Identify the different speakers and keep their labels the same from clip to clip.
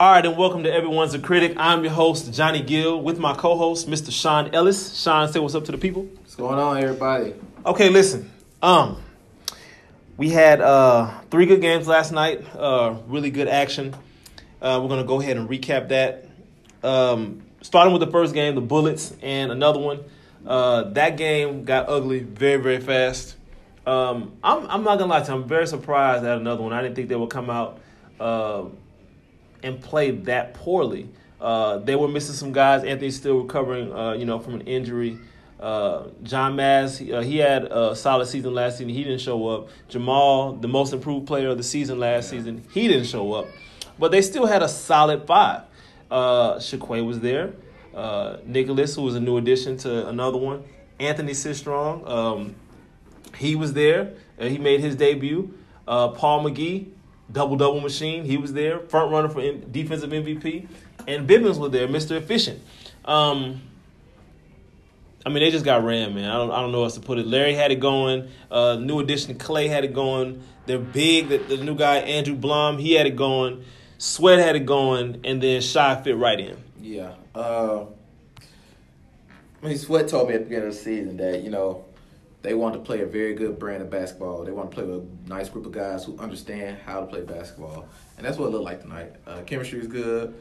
Speaker 1: All right, and welcome to Everyone's a Critic. I'm your host, Johnny Gill, with my co host, Mr. Sean Ellis. Sean, say what's up to the people.
Speaker 2: What's going on, everybody?
Speaker 1: Okay, listen. Um, we had uh, three good games last night. Uh, really good action. Uh, we're gonna go ahead and recap that. Um, starting with the first game, the Bullets, and another one. Uh, that game got ugly very, very fast. Um, I'm, I'm not gonna lie to you. I'm very surprised at another one. I didn't think they would come out uh, and play that poorly. Uh, they were missing some guys. Anthony's still recovering, uh, you know, from an injury. Uh, John Mass, he, uh, he had a solid season last season. He didn't show up. Jamal, the most improved player of the season last season, he didn't show up. But they still had a solid five. Uh, Shaquay was there. Uh, Nicholas, who was a new addition to another one. Anthony Sistrong, um, he was there. Uh, he made his debut. Uh, Paul McGee, double double machine. He was there, front runner for M- defensive MVP, and Bibbins was there, Mister Efficient. Um, I mean, they just got ran, man. I don't, I don't know what else to put it. Larry had it going. Uh, new addition Clay had it going. They're big. The, the new guy Andrew Blom, he had it going. Sweat had it going, and then Shy fit right in.
Speaker 2: Yeah. Uh, I mean, Sweat told me at the beginning of the season that, you know, they wanted to play a very good brand of basketball. They want to play with a nice group of guys who understand how to play basketball. And that's what it looked like tonight. Uh, chemistry is good.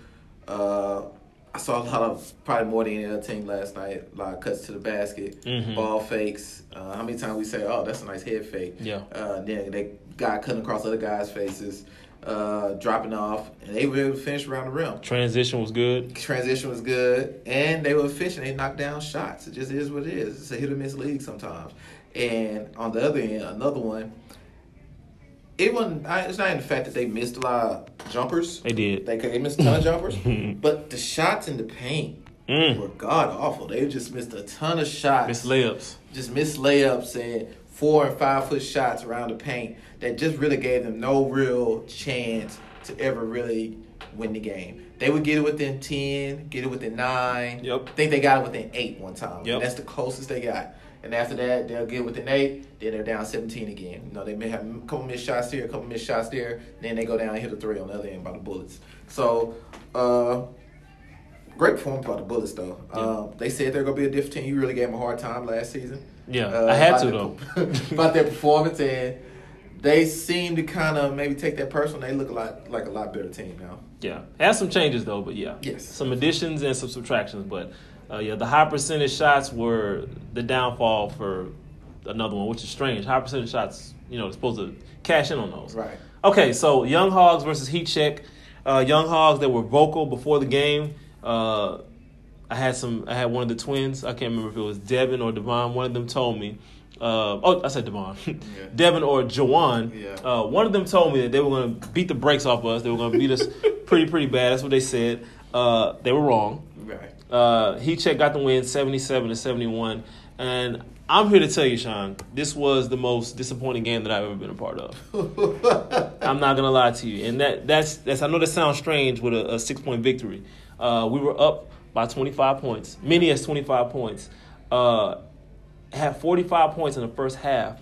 Speaker 2: Uh, I saw a lot of, probably more than any other team last night, a lot of cuts to the basket,
Speaker 1: Mhm.
Speaker 2: ball fakes. Uh, how many times we say, oh, that's a nice head fake.
Speaker 1: Yeah.
Speaker 2: Uh, then they guy cutting across other guys' faces, uh, dropping off, and they were able to finish around the rim
Speaker 1: Transition was good.
Speaker 2: transition was good, and they were efficient. They knocked down shots. It just is what it is. It's a hit or miss league sometimes. And on the other end, another one. It wasn't. I- It's not in the fact that they missed a lot of jumpers.
Speaker 1: They did.
Speaker 2: They, they missed a ton of jumpers, but the shots in the paint
Speaker 1: Mm.
Speaker 2: were god awful. They just missed a ton of shots
Speaker 1: Miss layups.
Speaker 2: just missed layups and four and five foot shots around the paint that just really gave them no real chance to ever really win the game. They would get it within ten, get it within nine.
Speaker 1: Yep.
Speaker 2: I think they got it within eight one time.
Speaker 1: Yep.
Speaker 2: That's the closest they got. And after that, they'll get within eight. Then they're down 17 again. You know, they may have a couple missed shots here, a couple missed shots there. Then they go down and hit a three on the other end by the Bullets. So, uh, great performance by the Bullets, though. Um, they said they're going to be a different team. You really gave them a hard time last season.
Speaker 1: Yeah,
Speaker 2: Uh,
Speaker 1: I had
Speaker 2: about
Speaker 1: to
Speaker 2: their-
Speaker 1: though.
Speaker 2: about their performance, and they seem to kind of maybe take that personal. They look a lot like a lot better team now.
Speaker 1: Yeah, had some changes though, but yeah,
Speaker 2: Yes.
Speaker 1: some additions and some subtractions, but uh, yeah, the high percentage shots were the downfall for another one, which is strange. High percentage shots, you know, they're supposed to cash in on those.
Speaker 2: Right.
Speaker 1: Okay, so Young Hogs versus Heat Check. Uh, Young Hogs that were vocal before the game. Uh, I had some. I had one of the twins. I can't remember if it was Devin or Devon. One of them told me. Uh, oh, I said Devon. Devin or Jawan.
Speaker 2: Yeah.
Speaker 1: Uh, one of them told me that they were going to beat the brakes off us. They were going to beat us pretty, pretty bad. That's what they said. Uh, they were wrong.
Speaker 2: Right.
Speaker 1: Uh, he checked got the win, seventy-seven to seventy-one, and I'm here to tell you, Sean, this was the most disappointing game that I've ever been a part of. I'm not gonna lie to you, and that that's that's I know that sounds strange with a, a six point victory. Uh, we were up by 25 points, many as 25 points. Uh, had 45 points in the first half,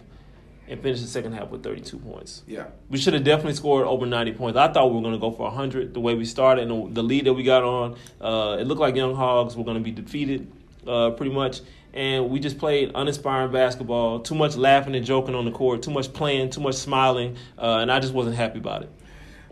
Speaker 1: and finished the second half with 32 points.
Speaker 2: Yeah.
Speaker 1: We should have definitely scored over 90 points. I thought we were going to go for 100 the way we started and the lead that we got on. Uh, it looked like Young Hogs were going to be defeated uh, pretty much. And we just played uninspiring basketball, too much laughing and joking on the court, too much playing, too much smiling. Uh, and I just wasn't happy about it.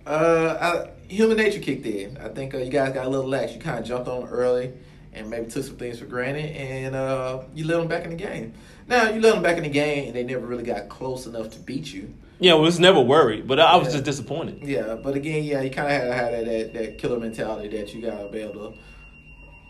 Speaker 2: Uh, I, human nature kicked in. I think uh, you guys got a little lax. You kind of jumped on early and maybe took some things for granted, and uh, you let them back in the game. Now you let them back in the game, and they never really got close enough to beat you.
Speaker 1: Yeah, I was never worried, but I was
Speaker 2: Yeah.
Speaker 1: just disappointed.
Speaker 2: Yeah, but again, yeah, you kind of had to have that, that that killer mentality that you gotta be able to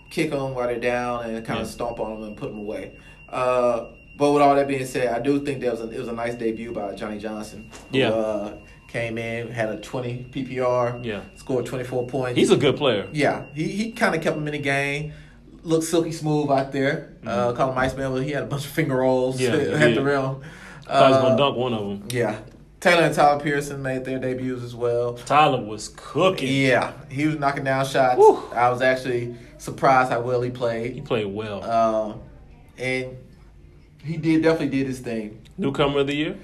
Speaker 2: kick them while they're down and kind
Speaker 1: Yeah.
Speaker 2: of stomp on them and put them away. Uh, but with all that being said, I do think that was a, it was a nice debut by Johnny Johnson. who,
Speaker 1: Yeah.
Speaker 2: uh, came in had a twenty PPR.
Speaker 1: Yeah.
Speaker 2: scored twenty four points.
Speaker 1: He's a good player.
Speaker 2: Yeah, he, he kind of kept him in the game. Looked silky smooth out there. Uh, called him Iceman, but he had a bunch of finger rolls
Speaker 1: Mm-hmm. Yeah, he
Speaker 2: at
Speaker 1: did.
Speaker 2: the
Speaker 1: I
Speaker 2: rim.
Speaker 1: thought he was going
Speaker 2: Uh,
Speaker 1: to dunk one of them.
Speaker 2: Yeah. Taylor and Tyler Pearson made their debuts as well.
Speaker 1: Tyler was cooking.
Speaker 2: Yeah, he was knocking down shots.
Speaker 1: Whew.
Speaker 2: I was actually surprised how well he
Speaker 1: He
Speaker 2: played.
Speaker 1: played well.
Speaker 2: Um, and he did definitely did his thing.
Speaker 1: Newcomer of the year?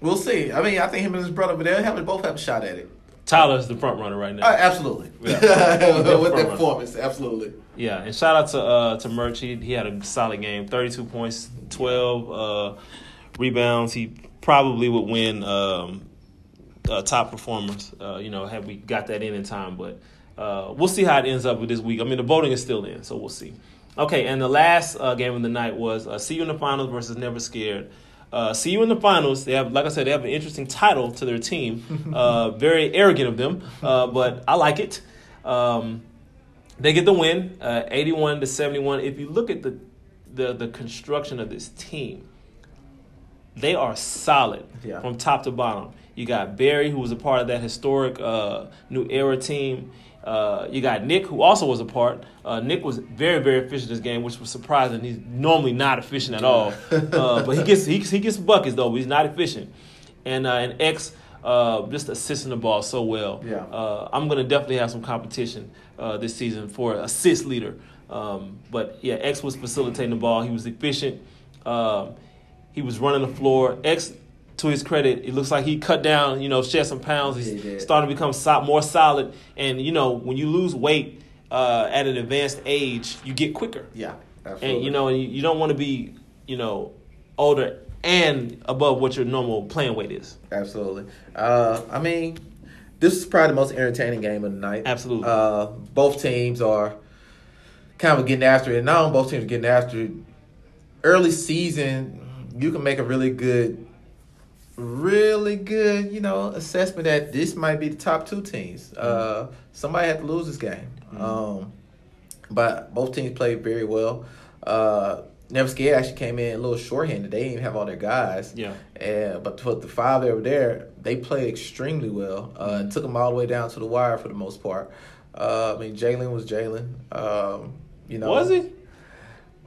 Speaker 2: We'll see. I mean, I think him and his brother, but they'll have both have a shot at it.
Speaker 1: Tyler's the front runner right now.
Speaker 2: Uh, absolutely.
Speaker 1: Yeah.
Speaker 2: With
Speaker 1: Front
Speaker 2: their
Speaker 1: runner.
Speaker 2: performance, absolutely.
Speaker 1: Yeah, and shout out to uh to Merch. He, he had a solid game. Thirty two points, twelve uh rebounds. He probably would win um uh, top performers. Uh, you know, had we got that in in time, but uh we'll see how it ends up with this week. I mean, the voting is still in, so we'll see. Okay, and the last uh, game of the night was uh, See You in the Finals versus Never Scared. Uh, see you in the finals. They have, like I said, they have an interesting title to their team. Uh, very arrogant of them, uh, but I like it. Um, they get the win, uh, eighty-one to seventy-one. If you look at the, the the construction of this team, they are solid
Speaker 2: Yeah.
Speaker 1: from top to bottom. You got Barry, who was a part of that historic uh, New Era team. Uh, you got Nick, who also was a part. Uh, Nick was very, very efficient this game, which was surprising. He's normally not efficient at all, uh, but he gets he, he gets buckets though. But he's not efficient, and uh, and X uh, just assisting the ball so well.
Speaker 2: Yeah.
Speaker 1: Uh, I'm gonna definitely have some competition uh, this season for assist leader. Um, but yeah, X was facilitating the ball. He was efficient. Um, he was running the floor. X, to his credit, it looks like he cut down. You know, shed some pounds. He's
Speaker 2: He did.
Speaker 1: starting to become so- more solid. And you know, when you lose weight uh, at an advanced age, you get quicker.
Speaker 2: Yeah, absolutely.
Speaker 1: And you know, you you don't want to be, you know, older and above what your normal playing weight is.
Speaker 2: Absolutely. Uh, I mean, this is probably the most entertaining game of the night.
Speaker 1: Absolutely.
Speaker 2: Uh, both teams are kind of getting after it. And not only both teams are getting after it, early season, you can make a really good, really good, you know, assessment that this might be the top two teams. Uh,
Speaker 1: Mm-hmm.
Speaker 2: somebody had to lose this game. Um, but both teams played very well. Uh, Never Scared actually came in a little shorthanded. They didn't even have all their guys.
Speaker 1: Yeah.
Speaker 2: And, but for the five over there, they played extremely well. Uh,
Speaker 1: Mm-hmm.
Speaker 2: Took them all the way down to the wire for the most part. Uh, I mean, Jalen was Jalen. Um, you know,
Speaker 1: Was he?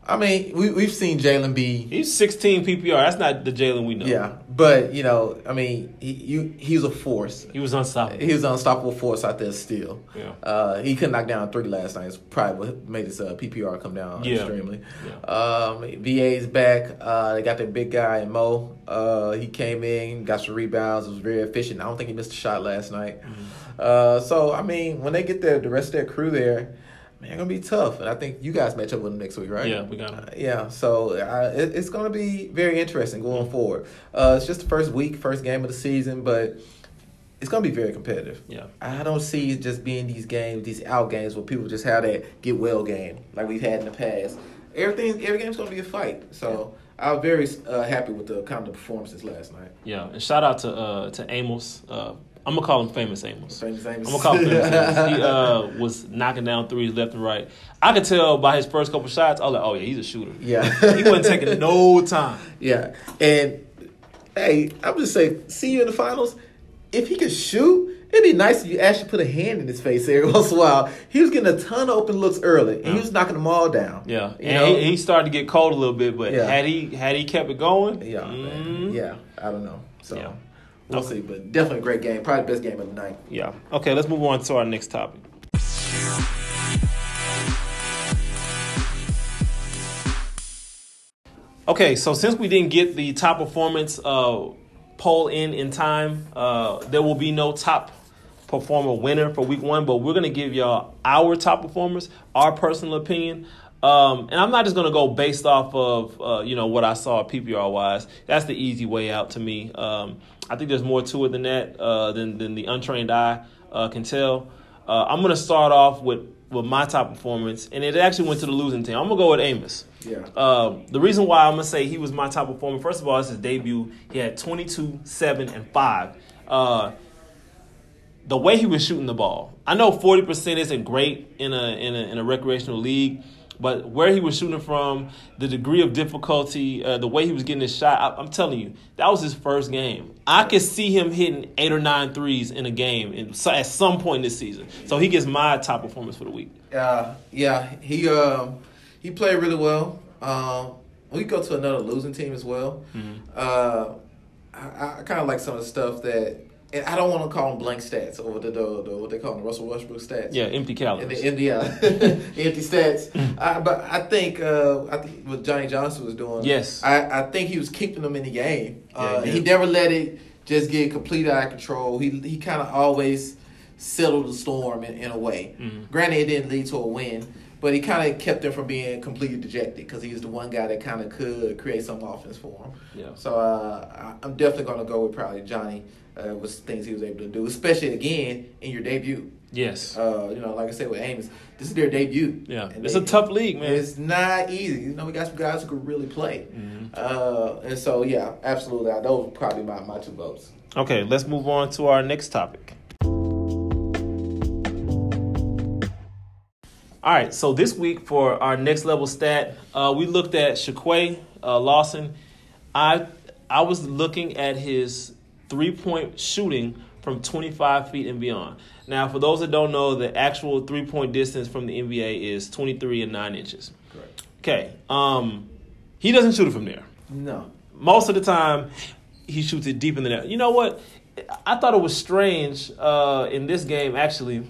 Speaker 2: I mean, we we've seen Jalen be
Speaker 1: He's 16 PPR. That's not the Jalen we know.
Speaker 2: yeah, but you know, I mean, he you he was a force.
Speaker 1: He was unstoppable.
Speaker 2: He was an unstoppable force out there still.
Speaker 1: Yeah.
Speaker 2: Uh, he couldn't knock down three last night. It's probably what made his uh, PPR come down
Speaker 1: Yeah.
Speaker 2: extremely. Um, VA's back. Uh, they got their big guy Mo. Uh, he came in, got some rebounds. Was very efficient. I don't think he missed a shot last night.
Speaker 1: Mm-hmm.
Speaker 2: Uh, so I mean, when they get their the rest of their crew there, man, it's gonna be tough. And I think you guys match up with them next week, right?
Speaker 1: Yeah, we got 'em.
Speaker 2: Uh, yeah, so I, it, it's going to be very interesting
Speaker 1: Mm-hmm.
Speaker 2: going forward. Uh, it's just the first week, first game of the season, but it's going to be very competitive.
Speaker 1: Yeah.
Speaker 2: I don't see it just being these games, these out games where people just have that get well game like we've had in the past. Everything, every game's going to be a fight. So I'm very uh, happy with the kind of performances last night.
Speaker 1: Yeah, and shout out to uh, to Amos. Uh, I'm gonna call him famous Amos.
Speaker 2: Famous Amos.
Speaker 1: I'm gonna call him famous Amos. He uh, was knocking down threes left and right. I could tell by his first couple shots. I was like, oh yeah, he's a shooter.
Speaker 2: Yeah.
Speaker 1: he wasn't taking no time.
Speaker 2: Yeah, and hey, I'm just saying, see you in the finals. If he could shoot, it'd be nice if you actually put a hand in his face every once in a while. He was getting a ton of open looks early, and he was knocking them all down.
Speaker 1: Yeah,
Speaker 2: you
Speaker 1: and
Speaker 2: know,
Speaker 1: he, he started to get cold a little bit, but
Speaker 2: Yeah.
Speaker 1: had he had he kept it going,
Speaker 2: yeah,
Speaker 1: mm,
Speaker 2: yeah. I don't know, so
Speaker 1: Yeah.
Speaker 2: we'll see. But definitely a great game, probably the best game of the night.
Speaker 1: yeah. Okay, let's move on to our next topic. Okay, so since we didn't get the top performance uh, poll in in time, uh, there will be no top performer winner for week one, but we're gonna give y'all our top performers, our personal opinion. Um, and I'm not just gonna go based off of uh, you know what I saw PPR wise. That's the easy way out to me. Um, I think there's more to it than that uh, than than the untrained eye uh, can tell. Uh, I'm gonna start off with with my top performance, and it actually went to the losing team. I'm gonna go with Amos.
Speaker 2: Yeah.
Speaker 1: Uh, the reason why I'm gonna say he was my top performer, first of all, it's his debut. He had 22, 7, and 5. Uh, the way he was shooting the ball. I know 40% isn't great in a in a in a recreational league, but where he was shooting from, the degree of difficulty, uh, the way he was getting his shot, I, I'm telling you, that was his first game. I could see him hitting eight or nine threes in a game in, so- at some point this season. So he gets my top performance for the week.
Speaker 2: Uh, yeah, he um he played really well. Um, we go to another losing team as well. Uh, I, I kind of like some of the stuff that, and I don't want to call them blank stats or the, the, the what they call them, the Russell Westbrook stats.
Speaker 1: Yeah, Mm. empty
Speaker 2: And
Speaker 1: calories.
Speaker 2: the empty, uh, empty stats. I, but I think uh, I think what Johnny Johnson was doing.
Speaker 1: Yes.
Speaker 2: I, I think he was keeping them in the game.
Speaker 1: Yeah,
Speaker 2: Uh,
Speaker 1: he
Speaker 2: he,
Speaker 1: did.
Speaker 2: never let it just get completely out of control. He he kind of always settled the storm in, in a way.
Speaker 1: Mm.
Speaker 2: Granted, it didn't lead to a win, but he kind of kept them from being completely dejected because he was the one guy that kind of could create some offense for him.
Speaker 1: Yeah.
Speaker 2: So uh, I, I'm definitely going to go with probably Johnny uh, with things he was able to do, especially again in your debut.
Speaker 1: Yes.
Speaker 2: Uh, you know, like I said with Amos, this is their debut.
Speaker 1: yeah.
Speaker 2: And
Speaker 1: It's
Speaker 2: they-
Speaker 1: a tough league, man.
Speaker 2: It's not easy. You know, we got some guys who can really play.
Speaker 1: Mm-hmm.
Speaker 2: Uh, and so, yeah, absolutely. I- Those were probably my, my two votes.
Speaker 1: Okay, let's move on to our next topic. All right, so this week for our next level stat, uh, we looked at Shaquay uh, Lawson. I I was looking at his three point shooting from 25 feet and beyond. Now, for those that don't know, the actual three point distance from the NBA is 23 and 9 inches.
Speaker 2: Correct.
Speaker 1: Okay, um, he doesn't shoot it from there
Speaker 2: No.
Speaker 1: most of the time he shoots it deep in the net. You know what? I thought it was strange uh, in this game actually.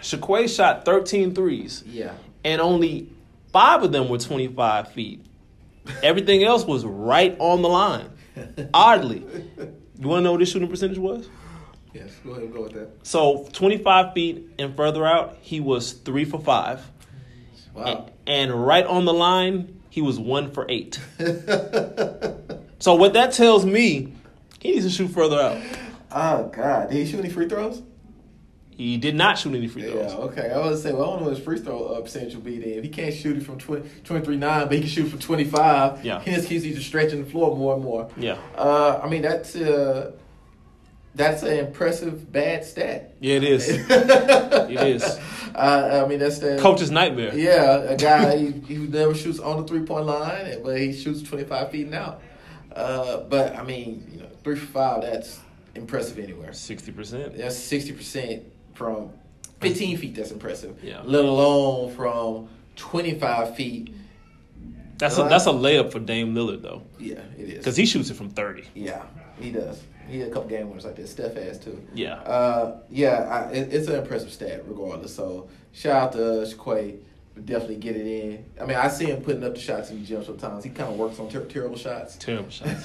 Speaker 1: Shaquay shot 13 threes
Speaker 2: Yeah.
Speaker 1: and only five of them were 25 feet. Everything else was right on the line. Oddly, you want to know what his shooting percentage was?
Speaker 2: Yes, go ahead and go with that.
Speaker 1: So 25 feet and further out, he was three for five,
Speaker 2: Wow.
Speaker 1: and right on the line, he was one for eight. so what that tells me, he needs to shoot further out.
Speaker 2: Oh, God. Did he shoot any free throws?
Speaker 1: He did not shoot any free
Speaker 2: Yeah,
Speaker 1: throws.
Speaker 2: okay. I was gonna say, well, I don't know what his free throw uh, percentage will be then. If he can't shoot it from 20, 23 9, but he can shoot from 25,
Speaker 1: Yeah.
Speaker 2: he just keeps either stretching the floor more and more.
Speaker 1: Yeah.
Speaker 2: Uh, I mean, that's, uh, that's an impressive bad stat.
Speaker 1: Yeah, it is.
Speaker 2: it
Speaker 1: is.
Speaker 2: Uh, I mean, that's the
Speaker 1: Coach's nightmare.
Speaker 2: Yeah, a guy he, he never shoots on the three point line, but he shoots twenty five feet and out. Uh, but I mean, you know, three for five that's impressive anywhere.
Speaker 1: 60%.
Speaker 2: That's sixty percent from fifteen feet. That's impressive.
Speaker 1: Yeah.
Speaker 2: Let alone from twenty five feet.
Speaker 1: That's a, that's a layup for Dame Lillard, though,
Speaker 2: Yeah, it is.
Speaker 1: because he shoots it from 30.
Speaker 2: Yeah, he does. He had a couple game winners like that. Steph has too.
Speaker 1: Yeah.
Speaker 2: Uh, yeah, I, it, it's an impressive stat regardless. So shout out to Shaquay for definitely get it in. I mean, I see him putting up the shots in the gym sometimes. He kind of works on ter- terrible shots.
Speaker 1: Terrible shots.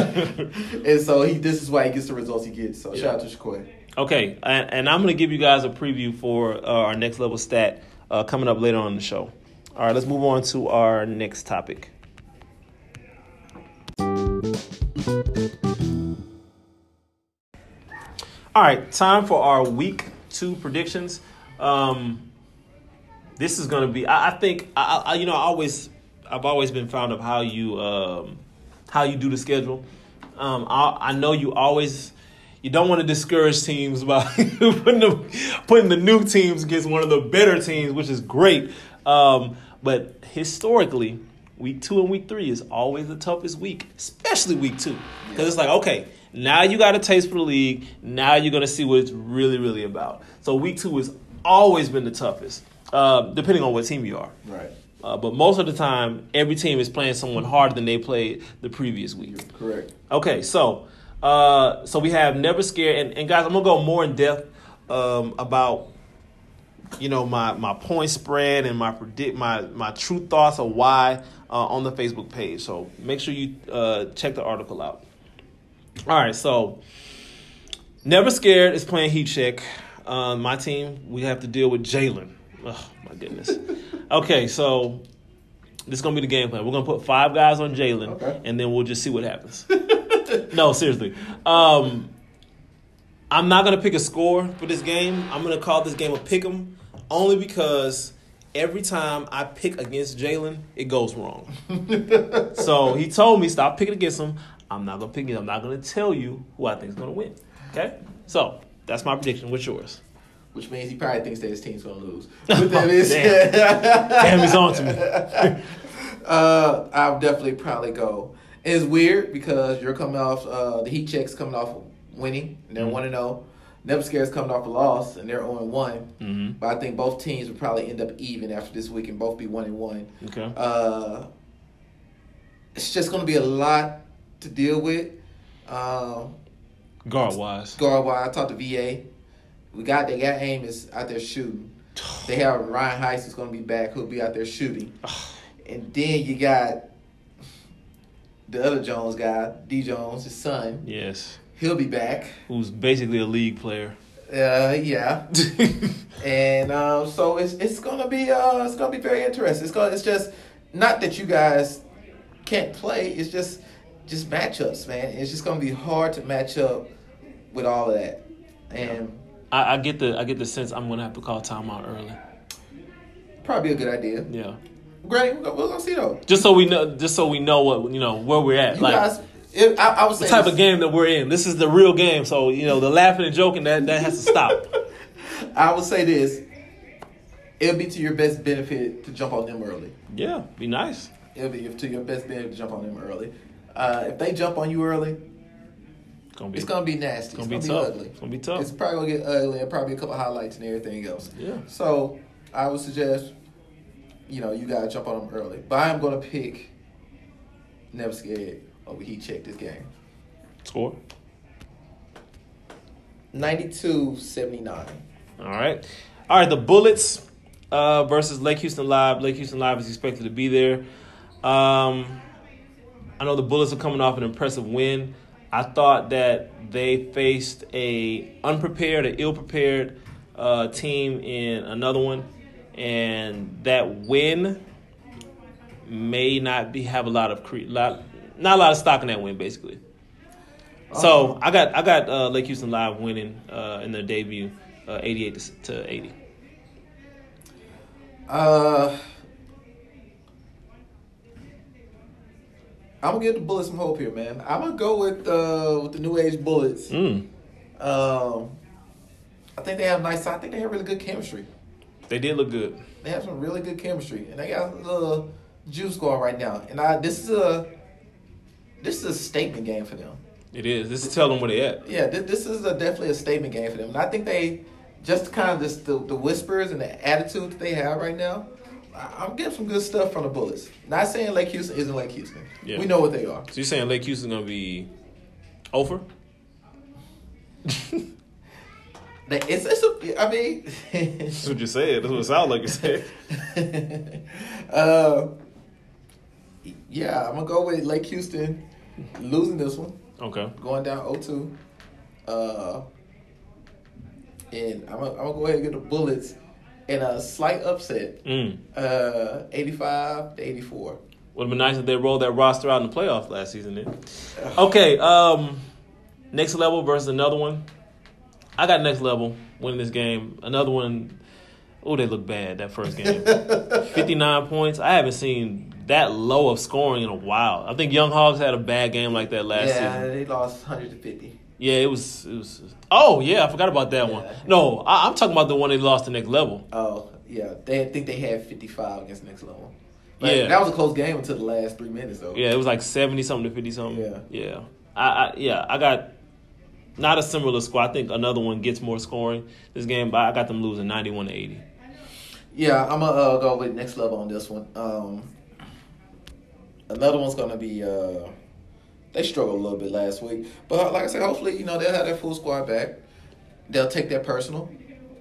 Speaker 2: and so he, this is why he gets the results he gets. So
Speaker 1: Yeah.
Speaker 2: shout out to Shaquay.
Speaker 1: Okay, and, and I'm going to give you guys a preview for uh, our next level stat uh, coming up later on in the show. All right, let's move on to our next topic. All right, time for our week two predictions. Um, this is going to be, I, I think, I, I, you know, I always, I've always been fond of how you, um, how you do the schedule. Um, I, I know you always, you don't want to discourage teams by putting the, putting the new teams against one of the better teams, which is great. Um, but historically, week two and week three is always the toughest week, especially week two, because it's like, okay, now you got a taste for the league. Now you're gonna see what it's really, really about. So week two has always been the toughest, uh, depending on what team you are.
Speaker 2: Right.
Speaker 1: Uh, but most of the time, every team is playing someone harder than they played the previous week.
Speaker 2: Correct.
Speaker 1: Okay, so uh, so we have never scared, and, and guys, I'm gonna go more in depth um, about you know my my point spread and my predict my my true thoughts of why uh, on the Facebook page. So make sure you uh, check the article out. All right, so never scared is playing heat check. Uh, my team, we have to deal with Jalen. Oh my goodness. okay, so this is gonna be the game plan. We're gonna put five guys on Jalen,
Speaker 2: Okay.
Speaker 1: and then we'll just see what happens. no, seriously. Um, I'm not gonna pick a score for this game. I'm gonna call this game a pick 'em, only because every time I pick against Jalen, it goes wrong. so he told me stop picking against him. I'm not gonna pick against. I'm not gonna tell you who I think is gonna win. Okay, so that's my prediction. What's yours?
Speaker 2: Which means he probably thinks that his team's gonna lose. But that
Speaker 1: Oh,
Speaker 2: is-
Speaker 1: Damn, he's on to me.
Speaker 2: uh, I'll definitely probably go. It's weird because you're coming off uh, the Heat checks coming off winning, and they're
Speaker 1: Mm-hmm.
Speaker 2: one and zero. Never scares coming off a loss, and they're zero and one.
Speaker 1: Mm-hmm.
Speaker 2: But I think both teams will probably end up even after this week, and both be one and one.
Speaker 1: Okay.
Speaker 2: Uh, it's just going to be a lot to deal with. Um,
Speaker 1: Guard wise.
Speaker 2: Guard wise, I talked to VA. We got they got Amos out there shooting. They have Ryan Heist who's gonna be back, who'll be out there shooting. and then you got the other Jones guy, D Jones, his son.
Speaker 1: Yes.
Speaker 2: He'll be back.
Speaker 1: Who's basically a league player.
Speaker 2: Uh, yeah. and um, so it's it's gonna be uh it's gonna be very interesting. It's gonna it's just not that you guys can't play. It's just just matchups, man. It's just gonna be hard to match up with all of that. And
Speaker 1: I, I get the I get the sense I'm gonna have to call timeout early.
Speaker 2: probably a good idea.
Speaker 1: Yeah.
Speaker 2: Great, we're gonna, we're gonna see though.
Speaker 1: Just so we know, just so we know what you know where we're at,
Speaker 2: You
Speaker 1: like
Speaker 2: guys, it, I, I would say
Speaker 1: the type
Speaker 2: this-
Speaker 1: of game that we're in. This is the real game, so you know the laughing and joking that that has to stop.
Speaker 2: I would say this. It'll be to your best benefit to jump on them early.
Speaker 1: yeah, be nice.
Speaker 2: It'll be to your best benefit to jump on them early. Uh, if they jump on you early,
Speaker 1: It's gonna be.
Speaker 2: it's gonna be nasty.
Speaker 1: It's
Speaker 2: It's
Speaker 1: gonna
Speaker 2: gonna,
Speaker 1: be
Speaker 2: be,
Speaker 1: tough.
Speaker 2: ugly.
Speaker 1: It's gonna be tough.
Speaker 2: It's probably gonna get ugly and probably a couple highlights and everything else.
Speaker 1: Yeah.
Speaker 2: So I would suggest, you know, you gotta jump on them early. But I'm gonna pick Never Scared over Heat Check this game.
Speaker 1: Score.
Speaker 2: 92-79.
Speaker 1: All right. All right, the Bullets uh, versus Lake Houston Live. Lake Houston Live is expected to be there. Um, I know the Bullets are coming off an impressive win. I thought that they faced a unprepared, an ill-prepared uh, team in another one, and that win may not be have a lot of cre- lot, not a lot of stock in that win, basically. So I got I got uh, Lake Houston Live winning uh, in their debut, uh, eighty-eight to, to eighty.
Speaker 2: Uh, I'm gonna give the Bullets some hope here, man. I'm gonna go with uh with the New Age Bullets.
Speaker 1: Mm.
Speaker 2: Um, I think they have nice. I think they have really good chemistry.
Speaker 1: They did look good.
Speaker 2: They have some really good chemistry, and they got a little juice going right now. And I this is a this is a statement game for them.
Speaker 1: It is. This is tell them where they at.
Speaker 2: Yeah, this, this is a, definitely a statement game for them. And I think they just kind of just the, the whispers and the attitude that they have right now. I- I'm getting some good stuff from the Bullets. Not saying Lake Houston isn't Lake Houston.
Speaker 1: Yeah.
Speaker 2: We know what they are.
Speaker 1: So you're saying Lake Houston's gonna be over?
Speaker 2: They- It's, it's a, I mean,
Speaker 1: That's what you said. That's what it sounded like you said.
Speaker 2: uh, yeah, I'm gonna go with Lake Houston losing this one,
Speaker 1: Okay.
Speaker 2: going down 0-2, uh, and I'm gonna, I'm gonna go ahead and get the Bullets in a slight upset.
Speaker 1: Mm.
Speaker 2: Uh, 85 to 84.
Speaker 1: Would have been nice if they rolled that roster out in the playoffs last season. Then. Okay. Um, next level versus another one. I got next level winning this game. Another one. Oh, they look bad that first game. 59 points. I haven't seen that low of scoring in a while. I think Young Hogs had a bad game like that last
Speaker 2: yeah,
Speaker 1: season.
Speaker 2: they lost 150.
Speaker 1: Yeah, it was it was Oh, yeah, I forgot about that one.
Speaker 2: Yeah.
Speaker 1: No, I, I'm talking about the one they lost to next level.
Speaker 2: Oh, yeah. They I think they had 55 against next level. Like,
Speaker 1: Yeah.
Speaker 2: That was a close game until the last three minutes, though.
Speaker 1: Yeah, it was like 70 something to 50 something.
Speaker 2: Yeah.
Speaker 1: Yeah. I, I yeah, I got not a similar score. I think another one gets more scoring this game, but I got them losing 91 to 80.
Speaker 2: Yeah, I'm gonna uh, go with next level on this one. Um, another one's gonna be uh, they struggled a little bit last week, but uh, like I said, hopefully you know they'll have their full squad back. They'll take their personal,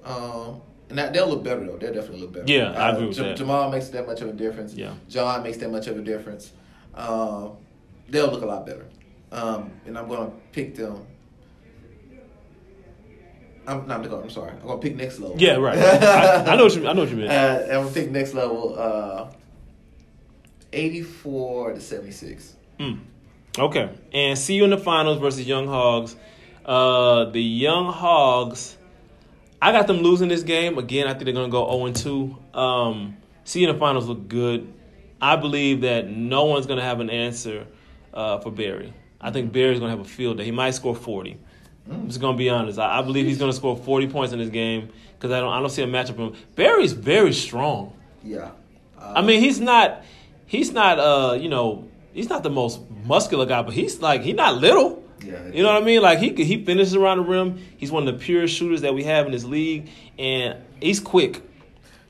Speaker 2: um, and that, they'll look better though. They'll definitely look better. Uh,
Speaker 1: Yeah, I agree with that.
Speaker 2: Jamal makes that much of a difference.
Speaker 1: Yeah.
Speaker 2: John makes that much of a difference. Um, they'll look a lot better, um, and I'm gonna pick them. I'm not going. I'm sorry. I'm gonna pick next level.
Speaker 1: Yeah, right. I, I know what you I know what you mean.
Speaker 2: Uh, I'm gonna pick next level. Uh, 84 to 76.
Speaker 1: Mm. Okay. And see you in the finals versus Young Hogs. Uh, the Young Hogs, I got them losing this game. Again, I think they're going to go 0 2. Um, see you in the finals look good. I believe that no one's going to have an answer uh, for Barry. I think Barry's going to have a field day. He might score 40. I'm just gonna be honest. I, I believe he's gonna score 40 points in this game because I don't. I don't see a matchup for him. Barry's very strong.
Speaker 2: Yeah. Uh,
Speaker 1: I mean, he's not, he's not, uh, you know, he's not the most muscular guy, but he's like, he's not little.
Speaker 2: Yeah.
Speaker 1: You know what I mean? Like he could- he finishes around the rim. He's one of the purest shooters that we have in this league, and he's quick.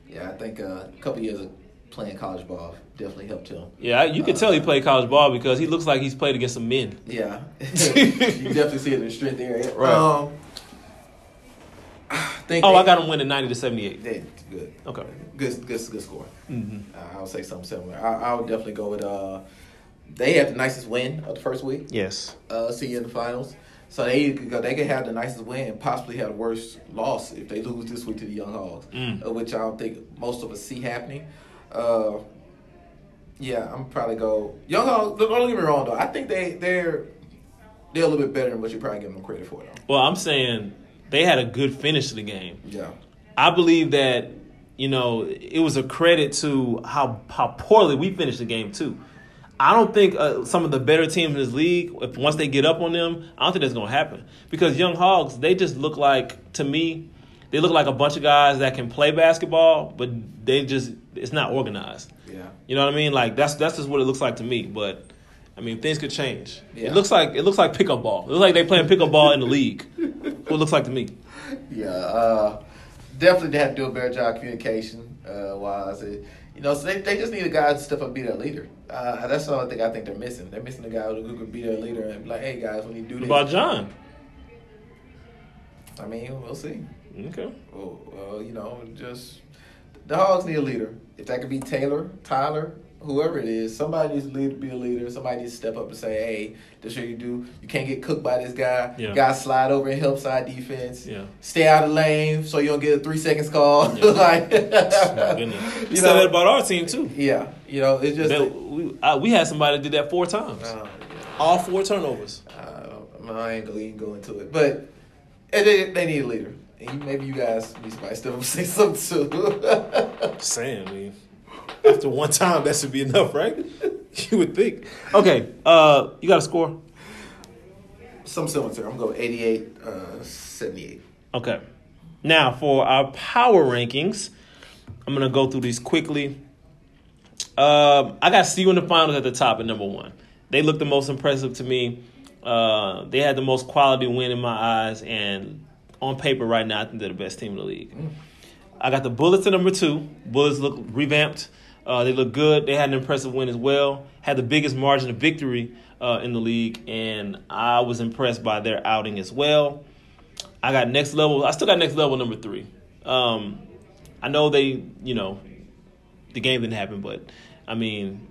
Speaker 2: Yeah, I think uh, a couple years of playing college ball definitely helped him.
Speaker 1: Yeah, you can tell he played college ball because he looks like he's played against some men.
Speaker 2: Yeah. you definitely see it in the strength area.
Speaker 1: Right.
Speaker 2: Um, I think
Speaker 1: Oh,
Speaker 2: they-
Speaker 1: I got him winning ninety to seventy eight.
Speaker 2: They, good.
Speaker 1: Okay. Mm-hmm.
Speaker 2: Good, good, good score. Uh, I would say something similar. I, I would definitely go with. Uh, they had the nicest win of the first week.
Speaker 1: Yes.
Speaker 2: uh, see you in the finals. So they could go, they could have the nicest win and possibly have the worst loss if they lose this week to the Young Hogs,
Speaker 1: Mm.
Speaker 2: uh, which I don't think most of us see happening. Uh, yeah, I'm probably go Young Hogs. Look, don't get me wrong though. I think they they're they're a little bit better than what you probably give them credit for though.
Speaker 1: Well, I'm saying they had a good finish to the game.
Speaker 2: Yeah,
Speaker 1: I believe that you know it was a credit to how how poorly we finished the game too. I don't think uh, some of the better teams in this league, if once they get up on them, I don't think that's gonna happen because young hogs they just look like to me, they look like a bunch of guys that can play basketball, but they just it's not organized.
Speaker 2: yeah.
Speaker 1: You know what I mean? Like that's that's just what it looks like to me. But I mean, things could change.
Speaker 2: Yeah.
Speaker 1: It looks like it looks like pickup ball. It looks like they playing pickup ball in the league. What it looks like to me.
Speaker 2: Yeah, uh, definitely they have to do a better job communication uh, wise. It- you know, so they, they just need a guy to step up and be their leader. Uh, that's the only thing I think they're missing. They're missing a guy who who could be their leader and be like, hey guys, when you do
Speaker 1: What
Speaker 2: this,
Speaker 1: about John?
Speaker 2: I mean, we'll see.
Speaker 1: Okay.
Speaker 2: Well, Oh, well, you know, just the Hogs need a leader. If that could be Taylor, Tyler, whoever it is, somebody needs to lead, be a leader. Somebody needs to step up and say, hey, this is what you do. You can't get cooked by this guy.
Speaker 1: Yeah.
Speaker 2: Guys slide over and help side defense.
Speaker 1: Yeah.
Speaker 2: Stay out of lane so you don't get a three seconds call.
Speaker 1: Yeah.
Speaker 2: like,
Speaker 1: My goodness. You
Speaker 2: you
Speaker 1: said that
Speaker 2: know,
Speaker 1: about our team too.
Speaker 2: yeah, you know, it's just.
Speaker 1: That- we, I, we had somebody that did that four times.
Speaker 2: Oh,
Speaker 1: Uh, All four turnovers.
Speaker 2: Uh, I ain't gonna even go into it, but and they, they need a leader. And you- maybe you guys need somebody to step up and say something too.
Speaker 1: Saying, I mean, after one time, that should be enough, right? You would think. Okay, uh, you got a score?
Speaker 2: Some similar. I'm going 88, uh, 78.
Speaker 1: Okay. Now for our power rankings, I'm gonna go through these quickly. Um, I got CU in the finals at the top at number one. They looked the most impressive to me. Uh, they had the most quality win in my eyes, and on paper right now, I think they're the best team in the league. I got the Bullets at number two. Bullets look revamped. Uh, they look good. They had an impressive win as well. Had the biggest margin of victory uh, in the league, and I was impressed by their outing as well. I got next level. I still got next level number three. Um, I know they, you know, the game didn't happen, but I mean,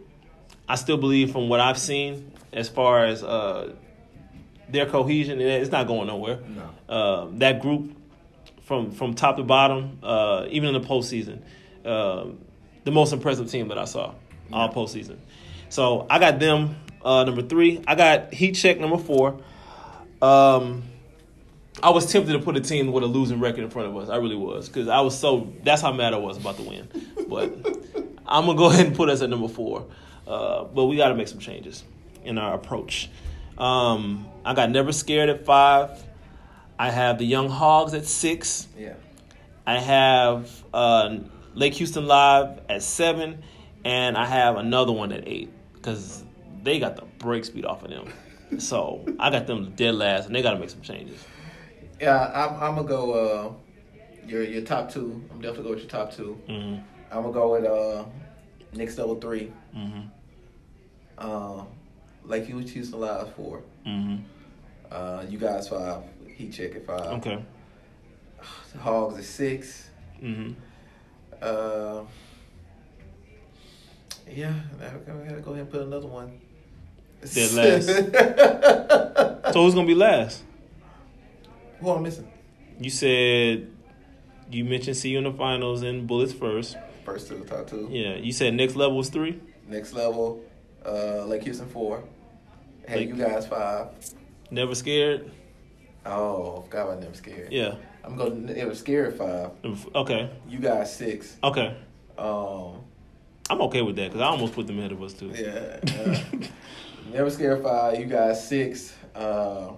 Speaker 1: I still believe from what I've seen as far as uh, their cohesion, and it's not going nowhere.
Speaker 2: No.
Speaker 1: Uh, that group from from top to bottom, uh, even in the postseason, uh, the most impressive team that I saw all postseason. So I got them uh, number three. I got Heat Check number four. Um, I was tempted to put a team with a losing record in front of us. I really was because I was so that's how mad I was about the win. But I'm gonna go ahead and put us at number four. Uh, but we got to make some changes in our approach. Um, I got never scared at five. I have the Young Hogs at six.
Speaker 2: Yeah.
Speaker 1: I have uh, Lake Houston Live at seven, and I have another one at eight because they got the break speed off of them. So I got them dead last, and they got to make some changes.
Speaker 2: Yeah, I'm, I'm going to go uh, your your top two. I'm definitely go with your top two.
Speaker 1: Mm-hmm.
Speaker 2: I'm going to go with uh, Knicks level three.
Speaker 1: Mm-hmm.
Speaker 2: Um, like you was Houston Live four.
Speaker 1: Mm-hmm.
Speaker 2: Uh, you guys five. Heat check at five.
Speaker 1: Okay.
Speaker 2: The Hogs at six.
Speaker 1: Mm-hmm.
Speaker 2: Uh, yeah, I gotta go ahead and put another one.
Speaker 1: Dead So who's gonna be last?
Speaker 2: Who am I missing?
Speaker 1: You said you mentioned see you in the finals and bullets first.
Speaker 2: First to the top two.
Speaker 1: Yeah. You said next level was three.
Speaker 2: Next level, uh, Lake Houston four. Hey,
Speaker 1: Lake-
Speaker 2: you guys five.
Speaker 1: Never scared.
Speaker 2: Oh, forgot about them scared.
Speaker 1: Yeah.
Speaker 2: I'm going. It was scared five.
Speaker 1: Number f- Okay.
Speaker 2: You guys six.
Speaker 1: Okay.
Speaker 2: Um,
Speaker 1: I'm okay with that because I almost put them ahead of us too.
Speaker 2: yeah. Uh, never scared five. You guys six. Uh,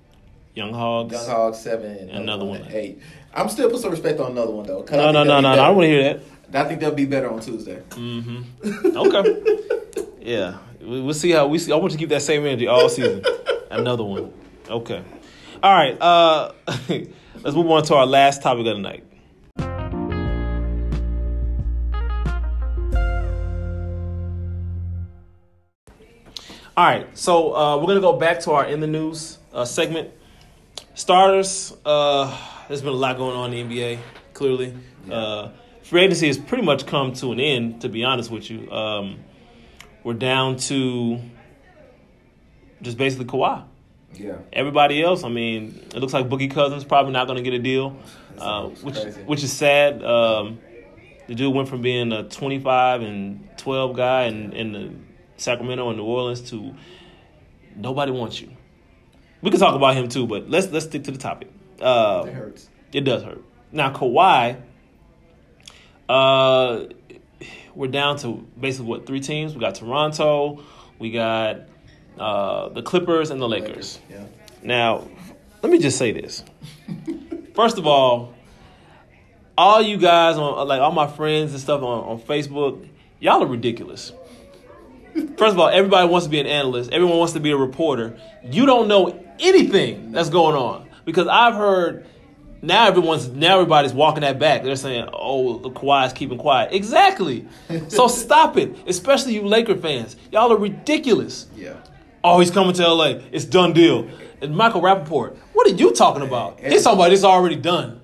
Speaker 1: Young Hogs.
Speaker 2: Young Hog seven.
Speaker 1: Another one.
Speaker 2: at Eight. I'm still put some respect on another one though. 'cause
Speaker 1: No,
Speaker 2: I think
Speaker 1: no,
Speaker 2: they'll
Speaker 1: no,
Speaker 2: be
Speaker 1: no, no.
Speaker 2: better.
Speaker 1: I don't want to hear that.
Speaker 2: I think they'll be better on Tuesday.
Speaker 1: Mm-hmm. Okay. yeah. We- We'll see how we see. I want you to keep that same energy all season. Another one. Okay. All right. Uh, let's move on to our last topic of the night. All right, so uh, we're gonna go back to our in the news uh, segment. Starters, uh, there's been a lot going on in the NBA. Clearly, uh, free agency has pretty much come to an end. To be honest with you, um, we're down to just basically Kawhi.
Speaker 2: Yeah.
Speaker 1: Everybody else, I mean, it looks like Boogie Cousins probably not going to get a deal, uh,
Speaker 2: It's
Speaker 1: which
Speaker 2: crazy.
Speaker 1: which is sad. Um, the dude went from being a 25 and 12 guy in, in the Sacramento and New Orleans to nobody wants you. We can talk about him too, but let's let's stick to the topic. Uh,
Speaker 2: It hurts.
Speaker 1: it does hurt. Now Kawhi, uh, we're down to basically what three teams? We got Toronto, we got uh, the Clippers, and the Lakers.
Speaker 2: Yeah.
Speaker 1: Now, let me just say this. First of all, all you guys on like all my friends and stuff on, on Facebook, y'all are ridiculous. First of all, everybody wants to be an analyst. Everyone wants to be a reporter. You don't know anything that's going on because I've heard now everyone's now everybody's walking that back. They're saying, "Oh, the Kawhi's keeping quiet." Exactly. So stop it, especially you Laker fans. Y'all are ridiculous.
Speaker 2: Yeah.
Speaker 1: Oh, he's coming to LA. It's done deal. And Michael Rappaport, what are you talking about? They talking about it's already done.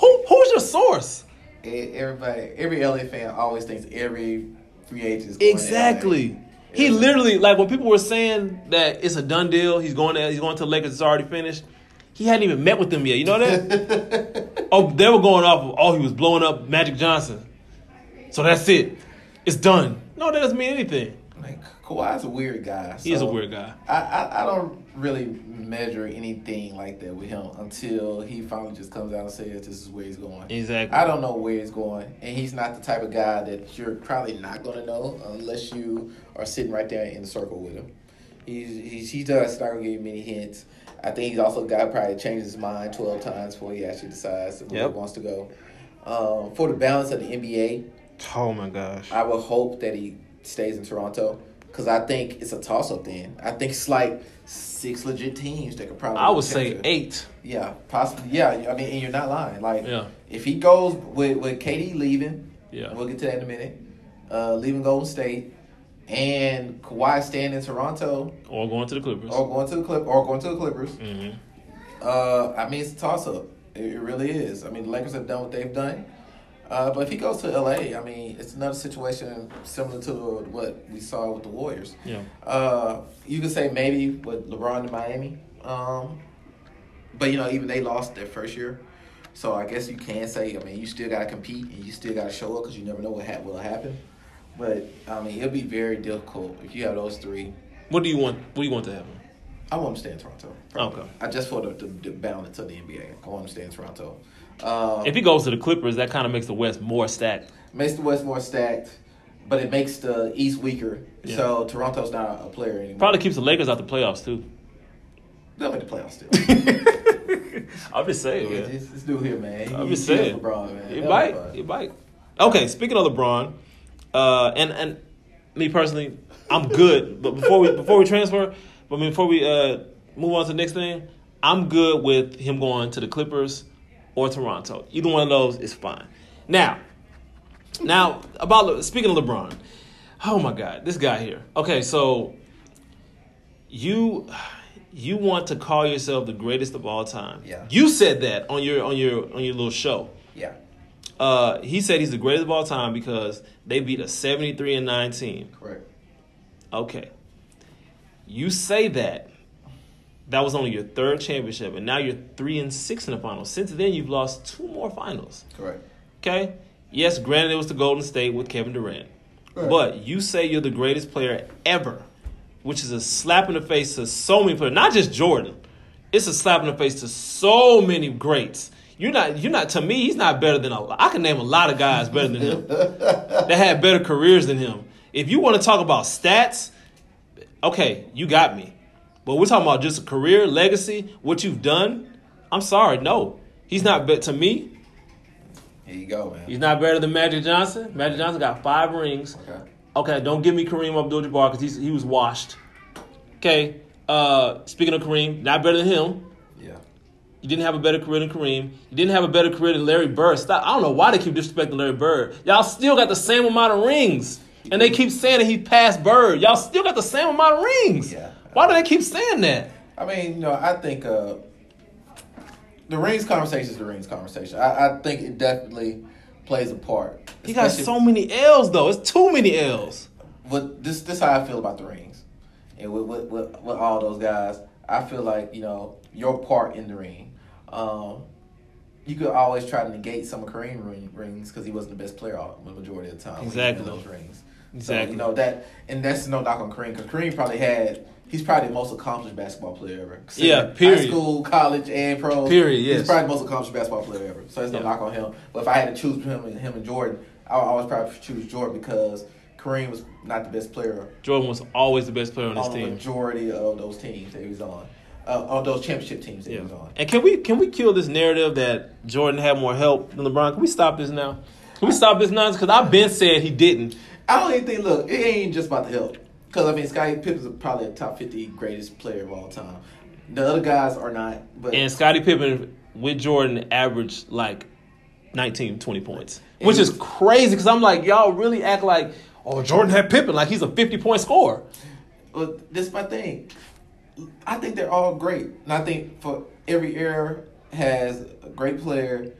Speaker 1: Who who's your source?
Speaker 2: E- Everybody, every LA fan always thinks every free agent is going to LA.
Speaker 1: Exactly. He
Speaker 2: Yeah.
Speaker 1: literally like when people were saying that it's a done deal, he's going to he's going to the Lakers, it's already finished. He hadn't even met with them yet. You know that? oh, they were going off of oh he was blowing up Magic Johnson. So that's it. It's done. No, that doesn't mean anything.
Speaker 2: Like Kawhi's a weird guy.
Speaker 1: He is a
Speaker 2: so
Speaker 1: weird guy.
Speaker 2: I, I I don't really measure anything like that with him until he finally just comes out and says this is where he's going.
Speaker 1: Exactly.
Speaker 2: I don't know where he's going, and he's not the type of guy that you're probably not going to know unless you are sitting right there in the circle with him. He's, he's he does not going to give you many hints. I think he's also a guy who probably changes his mind twelve times before he actually decides where
Speaker 1: Yep.
Speaker 2: he wants to go. Um, for the balance of the NBA,
Speaker 1: Oh my gosh.
Speaker 2: I would hope that he stays in Toronto because I think it's a toss up. Then I think it's like six legit teams that could probably.
Speaker 1: I would say
Speaker 2: contend.
Speaker 1: eight.
Speaker 2: Yeah, possibly. Yeah, I mean, and you're not lying. Like,
Speaker 1: Yeah.
Speaker 2: if he goes with with KD leaving,
Speaker 1: Yeah.
Speaker 2: we'll get to that in a minute. Uh, leaving Golden State and Kawhi staying in Toronto
Speaker 1: Or going to the Clippers.
Speaker 2: or going to the Clip or going to the Clippers.
Speaker 1: Mm-hmm.
Speaker 2: Uh, I mean, it's a toss up. It, it really is. I mean, the Lakers have done what they've done. Uh, but if he goes to LA, I mean, it's another situation similar to what we saw with the Warriors.
Speaker 1: Yeah.
Speaker 2: Uh, you could say maybe with LeBron in Miami. Um, but you know, even they lost their first year, so I guess you can say. I mean, you still got to compete and you still got to show up because you never know what ha- will happen. But I mean, it'll be very difficult if you have those three.
Speaker 1: What do you want? What do you want to happen?
Speaker 2: I want to stay in Toronto.
Speaker 1: Okay.
Speaker 2: I just for the, the, the balance of the NBA. I want to stay in Toronto. Um,
Speaker 1: If he goes to the Clippers, that kind of makes the West more stacked.
Speaker 2: makes the West more stacked, but it makes the East weaker.
Speaker 1: Yeah.
Speaker 2: So Toronto's not a player anymore.
Speaker 1: Probably keeps the Lakers out the playoffs too.
Speaker 2: they'll make the playoffs still.
Speaker 1: I'm just saying.
Speaker 2: Yeah,
Speaker 1: Yeah.
Speaker 2: This, this dude here, man.
Speaker 1: I'm
Speaker 2: He-
Speaker 1: just
Speaker 2: he is
Speaker 1: saying.
Speaker 2: LeBron, man.
Speaker 1: It
Speaker 2: That
Speaker 1: might.
Speaker 2: was fun.
Speaker 1: It might. Okay. Speaking of LeBron, uh, and and me personally, I'm good. but before we before we transfer, but before we uh move on to the next thing, I'm good with him going to the Clippers or Toronto. Either one of those is fine. Now, now about Le- speaking of LeBron, oh my God, this guy here. Okay, so you you want to call yourself the greatest of all time.
Speaker 2: Yeah.
Speaker 1: You said that on your on your on your little show.
Speaker 2: Yeah.
Speaker 1: Uh, he said he's the greatest of all time because they beat a 73 and 9 team.
Speaker 2: Correct.
Speaker 1: Okay. You say that. That was only your third championship, and now you're three and six in the finals. Since then, you've lost two more finals.
Speaker 2: Correct.
Speaker 1: Okay. Yes, granted it was the Golden State with Kevin Durant.
Speaker 2: Right.
Speaker 1: But you say you're the greatest player ever, which is a slap in the face to so many players, not just Jordan. It's a slap in the face to so many greats. You're not you're not to me, he's not better than a lot. I can name a lot of guys better than him that had better careers than him. If you want to talk about stats, okay, you got me. But we're talking about just a career, legacy, what you've done. I'm sorry, no. He's not bet to me,
Speaker 2: Here you go, man.
Speaker 1: He's not better than Magic Johnson. Magic Johnson got five rings.
Speaker 2: Okay.
Speaker 1: Okay, don't give me Kareem Abdul-Jabbar because he was washed. Okay, uh, speaking of Kareem, not better than him.
Speaker 2: Yeah.
Speaker 1: You didn't have a better career than Kareem. You didn't have a better career than Larry Bird. Stop. I don't know why they keep disrespecting Larry Bird. Y'all still got the same amount of rings. And they keep saying that he passed Bird. Y'all still got the same amount of rings.
Speaker 2: Yeah.
Speaker 1: Why do they keep saying that?
Speaker 2: I mean, you know, I think uh, the rings conversation is the rings conversation. I, I think it definitely plays a part.
Speaker 1: He got
Speaker 2: Especially-
Speaker 1: so many L's, though. It's too many L's.
Speaker 2: But this this how I feel about the rings, and with with, with, with all those guys. I feel like you know your part in the ring. Um, you could always try to negate some of Kareem ring, rings because he wasn't the best player all the majority of the time. when he did
Speaker 1: Exactly.
Speaker 2: those rings. So,
Speaker 1: Exactly.
Speaker 2: you know that, and that's no knock on Kareem because Kareem probably had. He's probably the most accomplished basketball player ever. Considering
Speaker 1: Yeah, period.
Speaker 2: High school, college, and pro.
Speaker 1: Period, yes.
Speaker 2: He's probably the most accomplished basketball player ever. So it's no
Speaker 1: Yeah.
Speaker 2: knock on him. But if I had to choose between him and him and Jordan, I would always probably choose Jordan because Kareem was not the best player
Speaker 1: Jordan was always the best player on this
Speaker 2: on the
Speaker 1: team.
Speaker 2: majority of those teams that he was on, uh, on those championship teams that
Speaker 1: Yeah.
Speaker 2: he was on.
Speaker 1: And can we can we kill this narrative that Jordan had more help than LeBron? Can we stop this now? Can we stop this nonsense? Because I've been saying he didn't.
Speaker 2: I don't even think. Look, it ain't just about the help. Because I mean, Scottie Pippen's probably a top fifty greatest player of all time. The other guys are not, but
Speaker 1: And Scottie Pippen with Jordan averaged like 19, 20 points,
Speaker 2: And
Speaker 1: which
Speaker 2: he
Speaker 1: is
Speaker 2: was-
Speaker 1: crazy. Because I'm like, y'all really act like, oh, Jordan had Pippen, like he's a 50 point scorer.
Speaker 2: Well, this is my thing. I think they're all great, and I think for every era has a great player.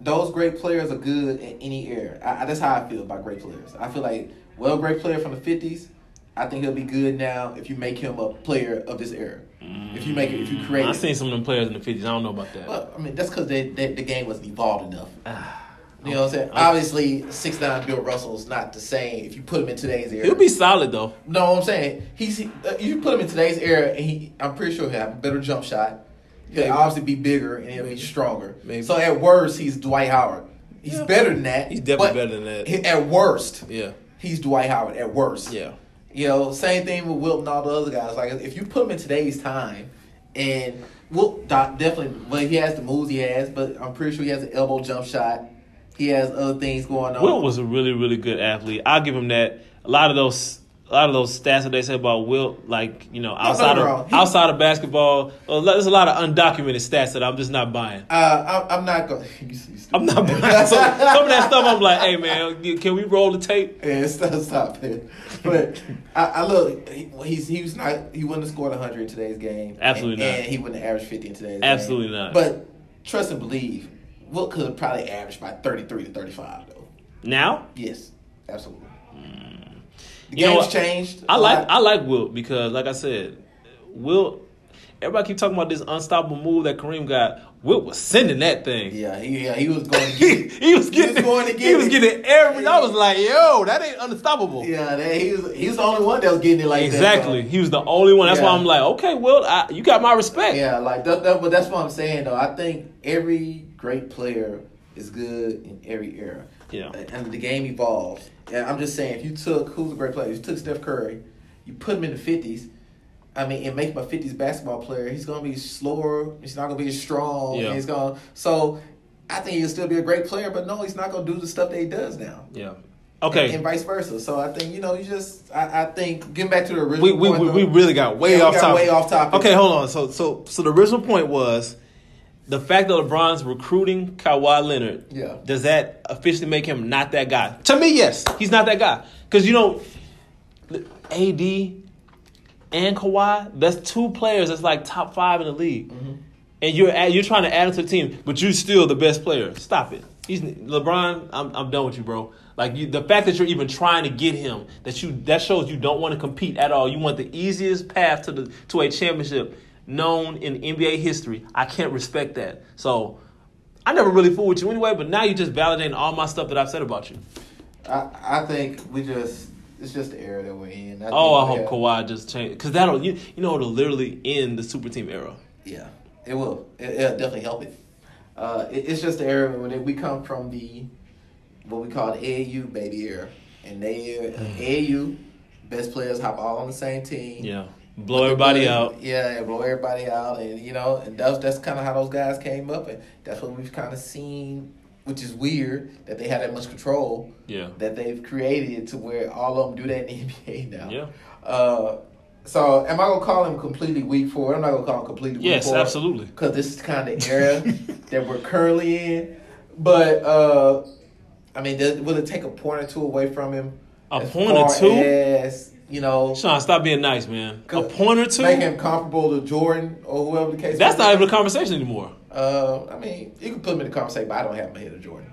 Speaker 2: Those great players are good in any era. I, I- that's how I feel about great players. I feel like well, great player from the fifties. I think he'll be good now if you make him a player of this era. If you make it, if you create.
Speaker 1: Mm. I
Speaker 2: it.
Speaker 1: seen some of them players in the 50s. I don't know about that.
Speaker 2: Well, I mean, that's because they, they, the game wasn't evolved enough.
Speaker 1: Ah.
Speaker 2: You know what I'm saying? Obviously, six nine Bill Russell's not the same. If you put him in today's era,
Speaker 1: He'll be solid though.
Speaker 2: no, I'm saying he's he, uh, you put him in today's era, and he I'm pretty sure he'll have a better jump shot. He'll
Speaker 1: Maybe.
Speaker 2: obviously be bigger and he'll be stronger.
Speaker 1: Maybe.
Speaker 2: So at worst, he's Dwight Howard. He's
Speaker 1: Yeah.
Speaker 2: better than that.
Speaker 1: He's definitely
Speaker 2: but
Speaker 1: better than that.
Speaker 2: he- At worst,
Speaker 1: Yeah,
Speaker 2: he's Dwight Howard. At worst,
Speaker 1: yeah.
Speaker 2: You know, same thing with Wilt and all the other guys. Like, if you put him in today's time, and Wilt do- definitely, well, he has the moves he has, but I'm pretty sure he has an elbow jump shot. He has other things going on.
Speaker 1: Wilt was a really, really good athlete. I'll give him that. A lot of those, a lot of those stats that they say about Wilt, like you know, outside
Speaker 2: overall,
Speaker 1: of
Speaker 2: he-
Speaker 1: outside of basketball, uh, there's a lot of undocumented stats that I'm just not buying.
Speaker 2: uh, I'm, I'm not going.
Speaker 1: I'm not buying. So, some of that stuff, I'm like, hey man, you- can we roll the tape?
Speaker 2: Yeah, stop, stop it. But I, I look, he, he's he was not he wouldn't have scored hundred in today's game.
Speaker 1: Absolutely
Speaker 2: and,
Speaker 1: not.
Speaker 2: And he wouldn't have averaged fifty in today's
Speaker 1: Absolutely
Speaker 2: game.
Speaker 1: not.
Speaker 2: But trust and believe, Wilt could have probably averaged by thirty three to thirty five though.
Speaker 1: Now,
Speaker 2: Yes, absolutely. The
Speaker 1: Mm. You know
Speaker 2: game's
Speaker 1: what?
Speaker 2: changed.
Speaker 1: I
Speaker 2: a
Speaker 1: like
Speaker 2: lot.
Speaker 1: I like Wilt because, like I said, Wilt. Everybody keep talking about this unstoppable move that Kareem got. Wilt was sending that thing.
Speaker 2: yeah, he, yeah, he was going. To
Speaker 1: he,
Speaker 2: get,
Speaker 1: he was getting, he was,
Speaker 2: going to get. it.
Speaker 1: getting every. I was like, yo, that ain't unstoppable.
Speaker 2: Yeah, that, he was. He was the only one that was getting it like
Speaker 1: exactly.
Speaker 2: that.
Speaker 1: He was the only one. That's why
Speaker 2: Yeah.
Speaker 1: I'm like, okay, well, I, you got my respect.
Speaker 2: Exactly. Yeah, like that, that. But that's what I'm saying though. I think every great player is good in every era.
Speaker 1: Yeah.
Speaker 2: and the game evolves. And I'm just saying, if you took who's a great player, if you took Steph Curry, you put him in the fifties. I mean, and make him a fifties basketball player. He's gonna be slower. He's not gonna be as strong.
Speaker 1: Yeah.
Speaker 2: And he's gonna so. I think he'll still be a great player, but no, he's not gonna do the stuff that he does now.
Speaker 1: Yeah. Okay.
Speaker 2: And vice versa. So I think you know, you just I, I think getting back to the original.
Speaker 1: we, we,
Speaker 2: point,
Speaker 1: we,
Speaker 2: though-
Speaker 1: we really got way
Speaker 2: Yeah, we
Speaker 1: off
Speaker 2: got
Speaker 1: topic.
Speaker 2: way off topic.
Speaker 1: Okay, hold on. So so so the original point was the fact that LeBron's recruiting Kawhi Leonard.
Speaker 2: Yeah.
Speaker 1: Does that officially make him not that guy? To me, yes, he's not that guy. Because you know, AD and Kawhi, that's two players that's like top five in the league. And you're at, you're trying to add him to the team, but you're still the best player. Stop it. He's LeBron. I'm I'm done with you, bro. Like you, the fact that you're even trying to get him, that you that shows you don't want to compete at all. You want the easiest path to the to a championship known in NBA history. I can't respect that. So I never really fooled with you anyway. But now you're just validating all my stuff that I've said about you.
Speaker 2: I, I think we just it's just the era that we're in. I
Speaker 1: Oh, I hope
Speaker 2: think we have-
Speaker 1: Kawhi just changed because that'll you you know it'll literally end the super team era.
Speaker 2: Yeah, it will. It, it'll definitely help it. Uh, it. It's just the era when it, we come from the what we call the AAU baby era, and they
Speaker 1: Mm.
Speaker 2: AAU best players hop all on the same team.
Speaker 1: Yeah, blow everybody
Speaker 2: But,
Speaker 1: out.
Speaker 2: Yeah, and blow everybody out, and you know, and that's that's kind of how those guys came up, and that's what we've kind of seen, which is weird that they had that much control.
Speaker 1: Yeah.
Speaker 2: that they've created to where all of them do that in the NBA now.
Speaker 1: Yeah.
Speaker 2: Uh, so am I gonna call him completely weak for it? I'm not gonna call him completely weak
Speaker 1: Yes,
Speaker 2: for
Speaker 1: absolutely.
Speaker 2: Because this is the kind of era that we're currently in. But uh, I mean, does, will it take a point or two away from him?
Speaker 1: A
Speaker 2: As
Speaker 1: point or
Speaker 2: far
Speaker 1: two?
Speaker 2: As, you know,
Speaker 1: Sean, stop being nice, man. A
Speaker 2: Good.
Speaker 1: point or two?
Speaker 2: make him comparable to Jordan or whoever the case.
Speaker 1: That's
Speaker 2: may
Speaker 1: not
Speaker 2: be.
Speaker 1: even a conversation anymore.
Speaker 2: Uh, I mean, you can put him in the conversation, but I don't have my head of Jordan.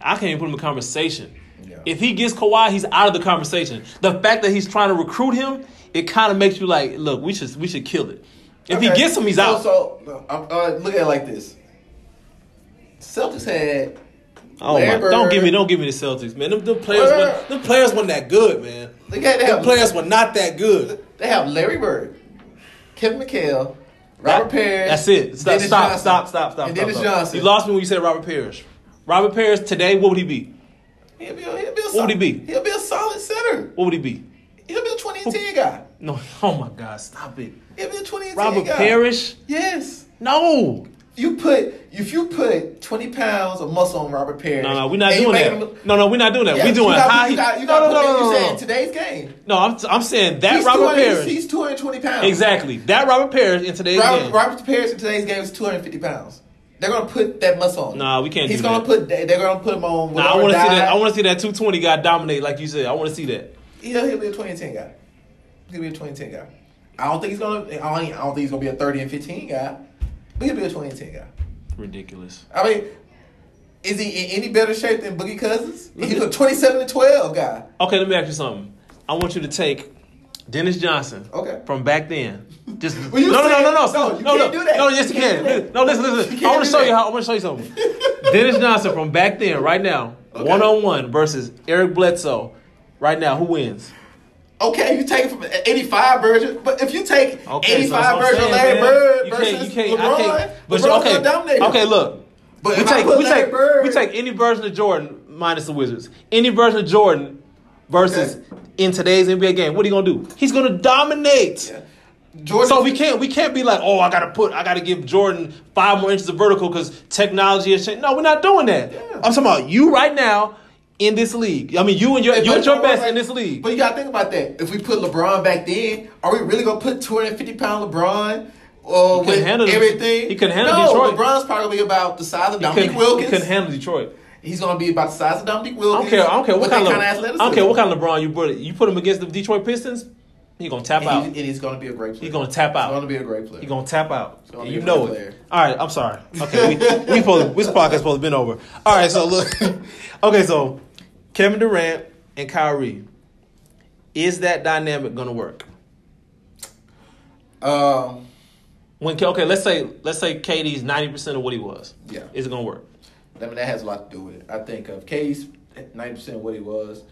Speaker 1: I can't even put him in conversation.
Speaker 2: Yeah.
Speaker 1: If he gets Kawhi, he's out of the conversation. The fact that he's trying to recruit him, it kind of makes you like, look, we should we should kill it. If he gets him, he's
Speaker 2: so,
Speaker 1: out.
Speaker 2: So no, I'm, uh, look at it like this: Celtics had
Speaker 1: Oh my,
Speaker 2: Lambert.
Speaker 1: don't give me, don't give me the Celtics, man. Them, them players, weren't, them players weren't that good, man.
Speaker 2: they got they
Speaker 1: Them
Speaker 2: have,
Speaker 1: players were not that good.
Speaker 2: they have Larry Bird, Kevin McHale, Robert
Speaker 1: That-
Speaker 2: Parrish.
Speaker 1: That's it. Stop,
Speaker 2: Dennis
Speaker 1: stop, stop,
Speaker 2: Johnson,
Speaker 1: stop, stop,
Speaker 2: And
Speaker 1: stop,
Speaker 2: Dennis
Speaker 1: stop.
Speaker 2: Johnson.
Speaker 1: You lost me when you said Robert Parrish. Robert Parrish today, what would he be?
Speaker 2: He'll be, a- he'll be a
Speaker 1: What would he
Speaker 2: sol-
Speaker 1: be?
Speaker 2: He'll be a solid center.
Speaker 1: What would he be?
Speaker 2: He'll be a 20 and 10 guy.
Speaker 1: No, oh my God, stop it.
Speaker 2: He'll be a 20 and 10
Speaker 1: Robert
Speaker 2: guy.
Speaker 1: Parrish?
Speaker 2: Yes.
Speaker 1: No.
Speaker 2: You put if you put 20 pounds of muscle on Robert Parrish.
Speaker 1: No, no, we're not
Speaker 2: and you
Speaker 1: doing
Speaker 2: make
Speaker 1: that.
Speaker 2: him-
Speaker 1: no, no, we're not doing that.
Speaker 2: Yeah,
Speaker 1: we doing
Speaker 2: you gotta,
Speaker 1: how
Speaker 2: you
Speaker 1: he.
Speaker 2: gotta- you
Speaker 1: no,
Speaker 2: gotta
Speaker 1: no, no,
Speaker 2: put in-
Speaker 1: no,
Speaker 2: you said
Speaker 1: no,
Speaker 2: in
Speaker 1: no.
Speaker 2: today's game.
Speaker 1: No, I'm, I'm saying that
Speaker 2: He's
Speaker 1: Robert
Speaker 2: 200 he's-
Speaker 1: Parrish.
Speaker 2: He's 220 pounds.
Speaker 1: Exactly. That Robert Parrish in today's
Speaker 2: Robert,
Speaker 1: game.
Speaker 2: Robert Parrish in today's game is 250 pounds. They're gonna put that muscle on. him.
Speaker 1: Nah, we can't
Speaker 2: He's
Speaker 1: do
Speaker 2: gonna
Speaker 1: that.
Speaker 2: put. They, they're gonna put him on.
Speaker 1: Nah, I want to see that. I want to see that 220 guy dominate like you said. I want to see that.
Speaker 2: He'll, he'll be a 20 and 10 guy. He'll be a 20 and 10 guy. I don't think he's gonna. I don't, I don't think he's gonna be a 30 and 15 guy. But he'll be a 20 and 10 guy.
Speaker 1: Ridiculous.
Speaker 2: I mean, is he in any better shape than Boogie Cousins?
Speaker 1: Look
Speaker 2: He's
Speaker 1: at-
Speaker 2: a 27 and 12 guy.
Speaker 1: Okay, let me ask you something. I want you to take Dennis Johnson.
Speaker 2: Okay.
Speaker 1: From back then. Just
Speaker 2: Well, you
Speaker 1: no, no, no, no, no,
Speaker 2: said- no, you
Speaker 1: no,
Speaker 2: can't
Speaker 1: no,
Speaker 2: do that.
Speaker 1: no, yes, you
Speaker 2: You can't
Speaker 1: can.
Speaker 2: do
Speaker 1: Listen- No, listen,
Speaker 2: You
Speaker 1: listen.
Speaker 2: can't
Speaker 1: I want
Speaker 2: do
Speaker 1: to show you
Speaker 2: that.
Speaker 1: how. I want to show you something. Dennis Johnson from back then, right now, one on one versus Eric Bledsoe, right now. Who wins?
Speaker 2: Okay, you take it from an 85 version, but if you take
Speaker 1: Okay,
Speaker 2: 85
Speaker 1: so that's what I'm saying,
Speaker 2: version of Larry
Speaker 1: man.
Speaker 2: Bird
Speaker 1: You
Speaker 2: versus
Speaker 1: can't- you can't- I
Speaker 2: LeBron,
Speaker 1: can't- but
Speaker 2: LeBron's
Speaker 1: okay,
Speaker 2: gonna dominate him.
Speaker 1: okay, look.
Speaker 2: But
Speaker 1: we
Speaker 2: if I
Speaker 1: take
Speaker 2: put
Speaker 1: we
Speaker 2: Larry
Speaker 1: take
Speaker 2: Bird-
Speaker 1: we take any version of Jordan minus the Wizards. Any version of Jordan versus
Speaker 2: Okay.
Speaker 1: in today's NBA game. What are you gonna do? He's gonna dominate.
Speaker 2: Yeah. Jordan,
Speaker 1: So we can't we can't be like, oh, I gotta put I gotta give Jordan five more inches of vertical because technology has changed. No, we're not doing that. I'm talking about you right now in this league. I mean, you and your
Speaker 2: But
Speaker 1: you at your
Speaker 2: LeBron,
Speaker 1: best
Speaker 2: like-
Speaker 1: in this league.
Speaker 2: But you gotta think about that. If we put LeBron back then, are we really gonna put 250 pound LeBron? Uh,
Speaker 1: couldn't
Speaker 2: with
Speaker 1: handle this-
Speaker 2: everything.
Speaker 1: he couldn't handle
Speaker 2: no,
Speaker 1: Detroit.
Speaker 2: LeBron's probably about the size of Dominique
Speaker 1: couldn't-
Speaker 2: Wilkins.
Speaker 1: couldn't handle Detroit.
Speaker 2: He's gonna be about the size of Dominique
Speaker 1: I don't
Speaker 2: Wilkins.
Speaker 1: care. I don't care what
Speaker 2: with
Speaker 1: kind,
Speaker 2: that
Speaker 1: of,
Speaker 2: kind of
Speaker 1: I
Speaker 2: athleticism.
Speaker 1: don't care what kind of LeBron you put it. You put him against the Detroit Pistons, he gonna tap out.
Speaker 2: And he- and he's gonna be a great player.
Speaker 1: He gonna tap
Speaker 2: He's
Speaker 1: out.
Speaker 2: gonna be a great player.
Speaker 1: He gonna tap out.
Speaker 2: gonna
Speaker 1: And
Speaker 2: be
Speaker 1: you
Speaker 2: a
Speaker 1: know
Speaker 2: great
Speaker 1: it.
Speaker 2: player.
Speaker 1: All right, I'm sorry. Okay, we we supposed, this podcast supposed to been over. All right, so look. Okay, so Kevin Durant and Kyrie, is that dynamic gonna work?
Speaker 2: um,
Speaker 1: When K- okay, let's say let's say KD's ninety percent of what he was.
Speaker 2: Yeah.
Speaker 1: is it gonna work?
Speaker 2: I mean that has a lot to do with it. I think of Case, ninety percent of what he was.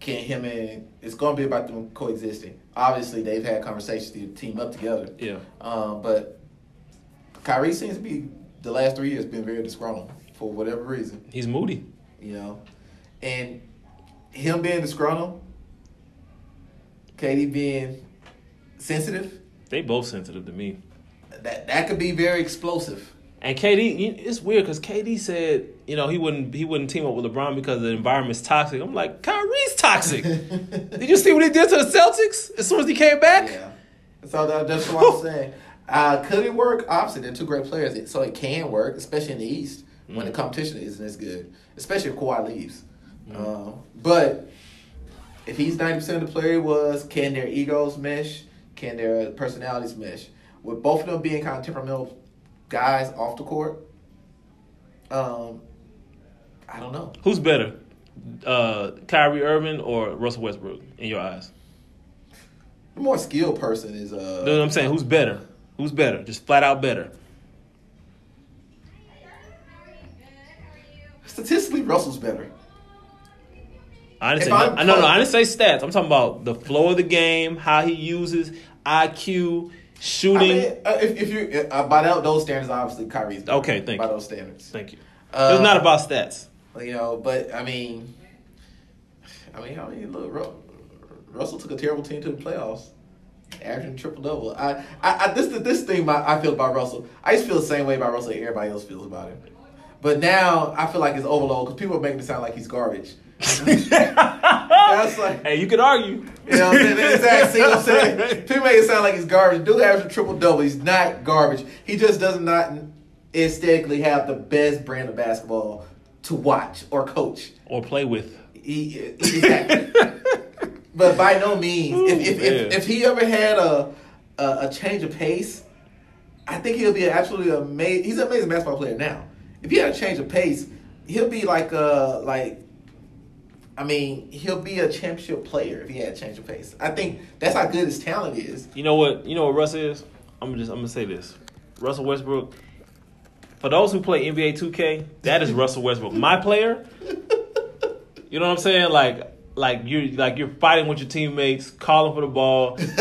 Speaker 2: Can him and it's gonna be about them coexisting. Obviously, they've had conversations to team up together.
Speaker 1: Yeah.
Speaker 2: Um, but Kyrie seems to be the last three years been very disgruntled for whatever reason,
Speaker 1: He's moody.
Speaker 2: you know, and him being disgruntled, Katie being sensitive,
Speaker 1: They both sensitive to me.
Speaker 2: that that could be very explosive.
Speaker 1: And KD, you- it's weird because KD said, you know, he wouldn't he wouldn't team up with LeBron because the environment's toxic. I'm like, Kyrie's toxic. did you see what he did to the Celtics as soon as he came back?
Speaker 2: Yeah. So that, that's what I'm saying. Uh, could it work? Obviously, they're two great players, It- so it can work, especially in the East when the competition isn't as good, especially if Kawhi leaves. Um, but if he's ninety percent of the player he was, can their egos mesh? Can their personalities mesh? With both of them being kind of temperamental guys off the court, um, I don't know.
Speaker 1: Who's better, uh, Kyrie Irving or Russell Westbrook in your eyes?
Speaker 2: The more skilled person is uh,
Speaker 1: You know what I'm saying? Who's better? Who's better? Just flat out better.
Speaker 2: statistically Russell's better.
Speaker 1: I didn't say
Speaker 2: If I'm
Speaker 1: I, no, no.
Speaker 2: coach-
Speaker 1: I didn't say stats. I'm talking about the flow of the game, how he uses IQ,
Speaker 2: I
Speaker 1: shooting.
Speaker 2: mean, uh, if, if you uh, by tho- those standards, obviously Kyrie's better
Speaker 1: Okay, thank
Speaker 2: by
Speaker 1: you.
Speaker 2: those standards.
Speaker 1: Thank you.
Speaker 2: Uh,
Speaker 1: it's not about stats.
Speaker 2: You know, but I mean, I mean, I mean, look, Ru- Russell took a terrible team to the playoffs, averaging triple double. I, I, I, this, this thing I I feel about Russell. I used to feel the same way about Russell. that Everybody else feels about him, but now I feel like it's overload because people are making it sound like he's garbage. That's like.
Speaker 1: Hey, you could argue.
Speaker 2: You know what I'm saying? Exactly. See what I'm saying? People make it sound like he's garbage. Dude has a triple double. He's not garbage. He just does not aesthetically have the best brand of basketball to watch or coach.
Speaker 1: or play with.
Speaker 2: He, exactly. but by no means. if, if,
Speaker 1: man.
Speaker 2: if, if he ever had a, a a change of pace, I think he'll be an absolutely amazing. He's an amazing basketball player now. If he had a change of pace, he'll be like uh like I mean, he'll be a championship player if he had a change of pace. I think that's how good his talent is.
Speaker 1: You know what? You know what Russ is. I'm just. I'm gonna say this. Russell Westbrook. For those who play NBA 2K, that is Russell Westbrook. My player. You know what I'm saying? Like, like you're like you're fighting with your teammates, calling for the ball, taking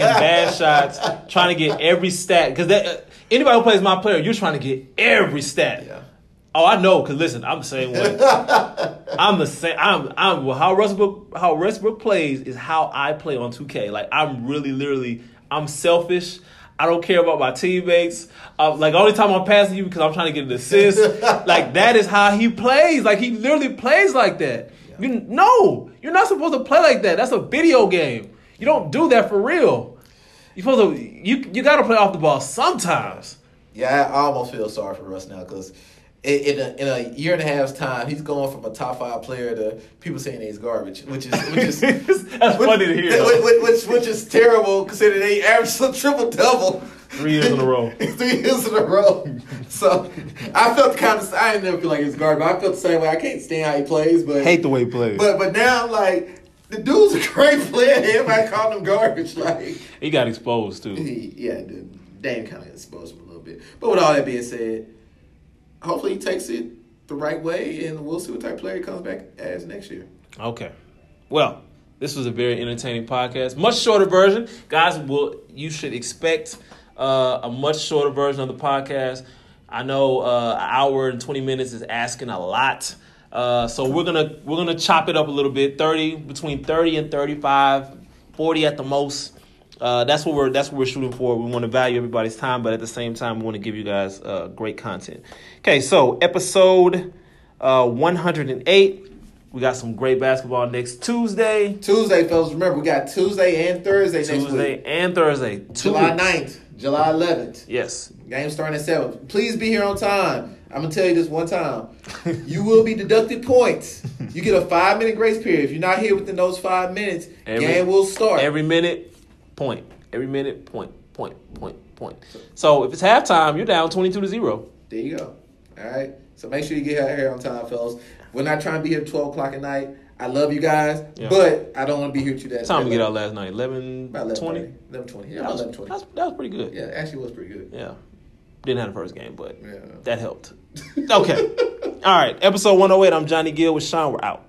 Speaker 1: bad shots, trying to get every stat. Because that uh, anybody who plays my player, you're trying to get every stat.
Speaker 2: Yeah.
Speaker 1: Oh, I know. Cause listen, I'm the same way. I'm the same. I'm. I'm. Well, how Westbrook how Westbrook plays is how I play on 2K. Like I'm really, literally, I'm selfish. I don't care about my teammates. Uh, like only time I'm passing you because I'm trying to get an assist. like that is how he plays. Like he literally plays like that.
Speaker 2: Yeah.
Speaker 1: You no, you're not supposed to play like that. That's a video game. You don't do that for real. You supposed to you you gotta play off the ball sometimes.
Speaker 2: Yeah, I almost feel sorry for Russ now because in a, in a year and a half's time, he's going from a top five player to people saying he's garbage, which is which is
Speaker 1: That's
Speaker 2: which,
Speaker 1: funny to hear.
Speaker 2: Which, which, which- which is terrible considering they averaged a triple double.
Speaker 1: Three years in a row.
Speaker 2: Three years in a row. So I felt kind of I didn't never feel like he's garbage. but I felt the same way. I can't stand how he plays, but
Speaker 1: the way he plays.
Speaker 2: but but now like the dude's a great player. Everybody called him garbage. Like
Speaker 1: he got exposed too.
Speaker 2: he, yeah, the Dame kind of exposed him a little bit. But with all that being said, hopefully he takes it the right way, and we'll see what type of player he comes back as next year.
Speaker 1: Okay. Well, this was a very entertaining podcast. Much shorter version, guys. Will you should expect uh, a much shorter version of the podcast. I know uh, an hour and twenty minutes is asking a lot, uh, so we're gonna we're gonna chop it up a little bit. Thirty between thirty and 35, 40 at the most. Uh, that's what we're that's what we're shooting for. We want to value everybody's time, but at the same time, we want to give you guys uh, great content. Okay, so episode uh, one hundred and eight. We got some great basketball next Tuesday,
Speaker 2: Tuesday, fellas, remember we got Tuesday and Thursday next week.
Speaker 1: Tuesday and Thursday. Two
Speaker 2: July
Speaker 1: weeks.
Speaker 2: 9th, July 11th.
Speaker 1: Yes,
Speaker 2: Game starting at 7. Please be here on time. I'm going to tell you this one time. You will be deducted points. You get a five minute grace period. If you're not here within those five minutes,
Speaker 1: Every-
Speaker 2: game will start.
Speaker 1: every minute, point. Every minute, point, point, point, point. So if it's halftime, you're down twenty-two to zero.
Speaker 2: There you go. All right. So make sure you get her hair on time, fellas. We're not trying to be here at twelve o'clock at night. I love you guys,
Speaker 1: Yeah.
Speaker 2: but I don't want to be here with you that
Speaker 1: What time we
Speaker 2: late.
Speaker 1: get out last night? 11,
Speaker 2: About 11,
Speaker 1: 20?
Speaker 2: 11, 20. Yeah,
Speaker 1: That
Speaker 2: about
Speaker 1: was,
Speaker 2: 11,
Speaker 1: that, was, that was pretty good.
Speaker 2: Yeah, actually it was pretty good.
Speaker 1: Yeah. Didn't have the first game, but
Speaker 2: Yeah.
Speaker 1: that helped. Okay. All right. Episode 108. I'm oh Johnny Gill with Sean. We're out.